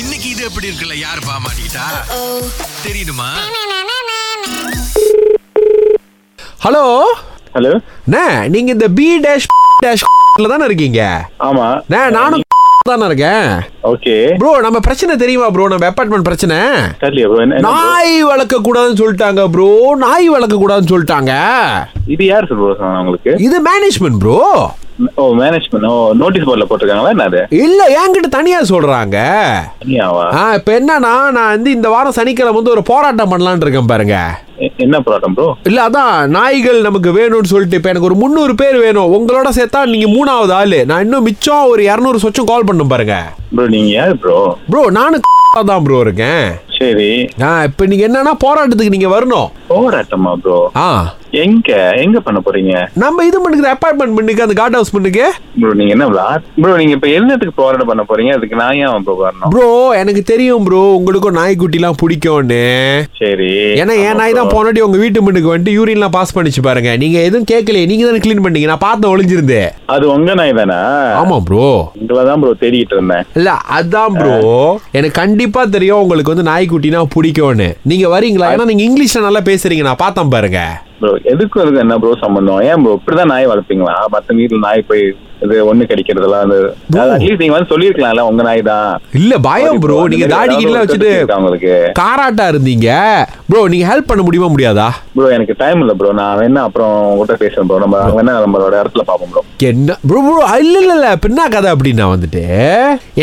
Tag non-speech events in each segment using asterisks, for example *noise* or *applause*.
இன்னைக்கு இது எப்படி இருக்குல்ல யார் பாமாட்டா தெரியுமா ஹலோ ஹலோ அண்ணே நீங்க இந்த பி டேஷ் டேஷ் தானே இருக்கீங்க ஆமா அண்ணே நானும் தானே இருக்கேன் ஓகே ப்ரோ நம்ம பிரச்சனை தெரியுமா ப்ரோ நம்ம அப்பார்ட்மெண்ட் பிரச்சனை தெரியல bro. என்ன- என்ன bro? நாய் வளர்க்க கூடாதுன்னு சொல்லிட்டாங்க ப்ரோ நாய் வளர்க்க கூடாதுன்னு சொல்லிட்டாங்க இது யார் ப்ரோ சொன்னா உங்களுக்கு இது மேனேஜ்மெண்ட் ப்ரோ ஓ மேனேஜ்மெண்ட் ஓ நோட்டீஸ் போர்டில் போட்டிருக்காங்களா என்ன அது இல்ல என்கிட்ட தனியா சொல்றாங்க தனியாவா ஆ இப்ப என்னன்னா நான் வந்து இந்த வாரம் சனிக்கிழமை வந்து ஒரு போராட்டம் பண்ணலாம்னு இருக்கேன் பாருங்க எ- என்ன ப்ராப்ளம் ப்ரோ இல்ல அதான் நாய்கள் நமக்கு வேணும்னு சொல்லிட்டு இப்ப எனக்கு ஒரு முந்நூறு பேர் வேணும் உங்களோட சேர்த்தா நீங்க மூணாவது ஆளு நான் இன்னும் மிச்சம் ஒரு இரநூறு சொச்சம் கால் பண்ணும் பாருங்க ப்ரோ நீங்க யார் ப்ரோ ப்ரோ நானும் *laughs* தான் ப்ரோ இருக்கேன் சரி ஆ இப்போ நீங்க என்னன்னா போராட்டத்துக்கு நீங்க வரணும் போராட்டமா ப்ரோ ஆ எங்க எங்க பண்ண போறீங்க நம்ம இது பண்ணுக்கு அப்பார்ட்மெண்ட் பண்ணுக்கு அந்த கார்ட் ஹவுஸ் பண்ணுக்கு ப்ரோ நீங்க என்ன ப்ரோ நீங்க இப்ப என்னத்துக்கு போராட்டம் பண்ண போறீங்க அதுக்கு நான் ஏன் ப்ரோ வரணும் ப்ரோ எனக்கு தெரியும் ப்ரோ உங்களுக்கும் நாய்க்குட்டிலாம் பிடிக்கும்னு சரி ஏன்னா என் நாய் தான் போனாட்டி உங்க வீட்டு மண்ணுக்கு வந்துட்டு யூரின்லாம் பாஸ் பண்ணிச்சு பாருங்க நீங்க எதுவும் கேட்கலையே நீங்க தானே க்ளீன் பண்ணீங்க நான் பார்த்து ஒளிஞ்சிருந்தேன் அது உங்க நாய் தானா ஆமா ப்ரோ உங்களை தான் ப்ரோ தேடிக்கிட்டு இருந்தேன் இல்ல அதான் ப்ரோ எனக்கு கண்டிப்பா தெரியும் உங்களுக்கு வந்து நாய்க்குட்டினா பிடிக்கும்னு நீங்க வரீங்களா ஏன்னா நீங்க இங்கிலீஷ்ல நல்லா பேசுறீங்க நான் பார்த்தேன் பாருங்க ப்ரோ எதுக்கும் அதுக்கு என்ன ப்ரோ சம்பந்தம் ஏன் ப்ரோ இப்படிதான் நாய் வளர்ப்பீங்களா மத்த வீட்டுல நாய் போய் இது ஒண்ணு கிடைக்கிறதெல்லாம் அது அட்லீஸ்ட் நீங்க வந்து சொல்லிருக்கலாம்ல உங்க நாய் தான் இல்ல பயம் ப்ரோ இந்த நீங்க மாதிரி தாடி ஏதாவது கீழ ஒரு வச்சுட்டு திருட்டு இருக்கா உங்களுக்கு காராட்டா இருந்தீங்க ப்ரோ நீங்க ஹெல்ப் பண்ண முடியுமா முடியாதா ப்ரோ எனக்கு டைம் இல்ல ப்ரோ நான் வேணா அப்புறம் உங்ககிட்ட பேசுறேன் ப்ரோ நம்ம வேணா நம்மளோட இடத்துல பாப்போம் ப்ரோ என்ன ப்ரோ ப்ரோ இல்ல இல்ல இல்ல இப்ப என்ன கதை அப்படின்னா வந்துட்டு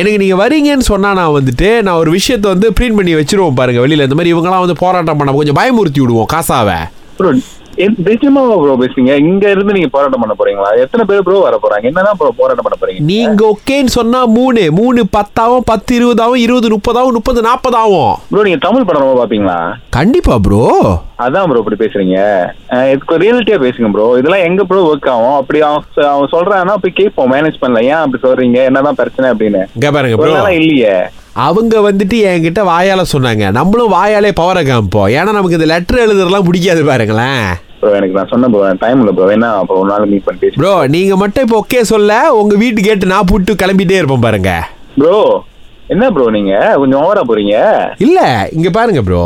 எனக்கு நீங்க வரீங்கன்னு சொன்னா நான் வந்துட்டு நான் ஒரு விஷயத்தை வந்து பிரிண்ட் பண்ணி வச்சிருவோம் பாருங்க வெளியில இந்த மாதிரி இவங்கலாம் வந்து போராட்டம் பண்ண கொஞ்சம் பயமுறுத்தி விடுவோம் காசாவை ப்ரோ நிஜமா ப்ரோ பேசுறீங்க இங்க இருந்து நீங்க போராட்டம் பண்ண போறீங்களா எத்தனை பேர் ப்ரோ வர போறாங்க என்னதான் ப்ரோ போராட்டம் பண்ண போறீங்க நீங்க ஓகேன்னு சொன்னா மூணு மூணு பத்தாவும் பத்து இருபதாவும் இருபது முப்பதாவும் முப்பது நாற்பதாவும் ப்ரோ நீங்க தமிழ் படம் ரொம்ப பாப்பீங்களா கண்டிப்பா ப்ரோ அதான் ப்ரோ இப்படி பேசுறீங்க அஹ் இதுக்கு ரியாலிட்டியா பேசுங்க ப்ரோ இதெல்லாம் எங்க ப்ரோ ஒர்க் ஆகும் அப்படி அவன் சொ- அவன் சொல்றான்னா போய் கேட்போம் மேனேஜ் பண்ணல ஏன் அப்படி சொல்றீங்க என்னதான் பிரச்சனை அப்படின்னு இங்க பாருங்க ஒரு ப்ரோ நாளா இல்லையே அவங்க வந்துட்டு என்கிட்ட வாயால சொன்னாங்க நம்மளும் வாயாலே பவரை காமிப்போம் ஏன்னா நமக்கு இந்த லெட்டர் எழுதுறதுலாம் பிடிக்காது பாருங்களேன் ப்ரோ எனக்கு நான் சொன்ன ப்ரோ டைம் இல்ல ப்ரோ என்ன அப்புறம் ஒரு நாள் மீட் பண்ணி பேசுறேன் ப்ரோ நீங்க மட்டும் இப்போ ஓகே சொல்ல உங்க வீட்டு கேட்டு நான் போட்டு கிளம்பிட்டே இருப்போம் பாருங்க ப்ரோ என்ன ப்ரோ நீங்க கொஞ்சம் ஓவரா போறீங்க இல்ல இங்க பாருங்க ப்ரோ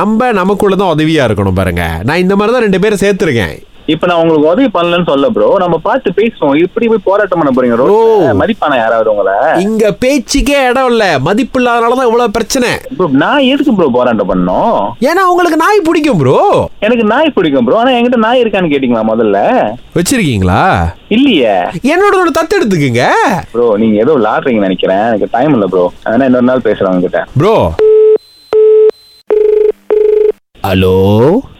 நம்ம நமக்குள்ள தான் உதவியா இருக்கணும் பாருங்க நான் இந்த மாதிரி தான் ரெண்டு பேரை சேர்த்துருக்கேன் இப்ப நான் உங்களுக்கு உதவி பண்ணலன்னு சொல்ல ப்ரோ நம்ம பார்த்து பேசுவோம் இப்படி போய் போராட்டம் பண்ண போறீங்க ப்ரோ மதிப்பானா யாராவது உங்களை இங்க பேச்சுக்கே இடம் இல்ல மதிப்பு இல்லாதனால தான் இவ்வளவு பிரச்சனை ப்ரோ நான் எதுக்கு ப்ரோ போராட்டம் பண்ணணும் ஏன்னா உங்களுக்கு நாய் பிடிக்கும் ப்ரோ எனக்கு நாய் பிடிக்கும் ப்ரோ ஆனா என்கிட்ட நாய் இருக்கான்னு கேட்டீங்களா முதல்ல வச்சிருக்கீங்களா இல்லையே என்னோட ஒரு தத்து எடுத்துக்குங்க ப்ரோ நீங்க ஏதோ விளாடுறீங்கன்னு நினைக்கிறேன் எனக்கு டைம் இல்ல ப்ரோ அதனால இன்னொரு நாள் பேசுறேன் உங்ககிட்ட ப்ரோ ஹலோ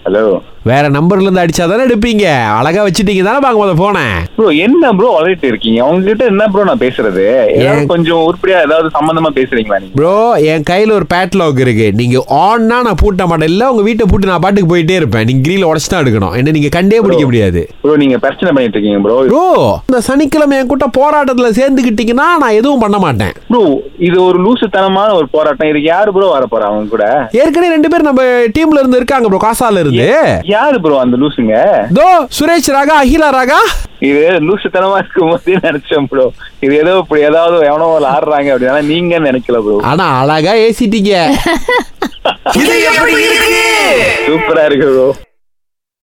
ஹலோ வேற நம்பர்ல இருந்து அடிச்சா தானே எடுப்பீங்க அழகா வச்சுட்டீங்க தானே பார்க்க போத போனேன் ப்ரோ என்ன ப்ரோ வளர்ட்டு இருக்கீங்க உங்ககிட்ட என்ன ப்ரோ நான் பேசுறது ஏதாவது கொஞ்சம் உருப்படியா ஏதாவது சம்பந்தமா பேசுறீங்களா நீங்க ப்ரோ என் கையில் ஒரு பேட்லாக் இருக்கு நீங்க ஆன்னா நான் பூட்ட மாட்டேன் இல்லை உங்க வீட்டை பூட்டி நான் பாட்டுக்கு போயிட்டே இருப்பேன் நீங்க கிரீல உடச்சு தான் எடுக்கணும் என்ன நீங்க கண்டே பிடிக்க முடியாது ப்ரோ நீங்க பிரச்சனை பண்ணிட்டு இருக்கீங்க ப்ரோ ப்ரோ இந்த சனிக்கிழமை என் கூட்ட போராட்டத்துல சேர்ந்துக்கிட்டீங்கன்னா நான் எதுவும் பண்ண மாட்டேன் ப்ரோ இது ஒரு லூசுத்தனமான ஒரு போராட்டம் இதுக்கு யாரு ப்ரோ வர போறா அவங்க கூட ஏற்கனவே ரெண்டு பேர் நம்ம டீம்ல இருந்து இருக்காங்க ப்ரோ காசால இருந்து யாரு ப்ரோ அந்த லூசுங்க தோ சுரேஷ் ராகா அகிலா ராகா இது லூசுத்தனமா இருக்கும் போதே நினைச்சேன் ப்ரோ இது ஏதோ இப்படி ஏதாவது எவனோ ஒரு ஆடுறாங்க அப்படின்னா நீங்க நினைக்கல ப்ரோ ஆனா அழகா ஏசிட்டீங்க சூப்பரா இருக்கு ப்ரோ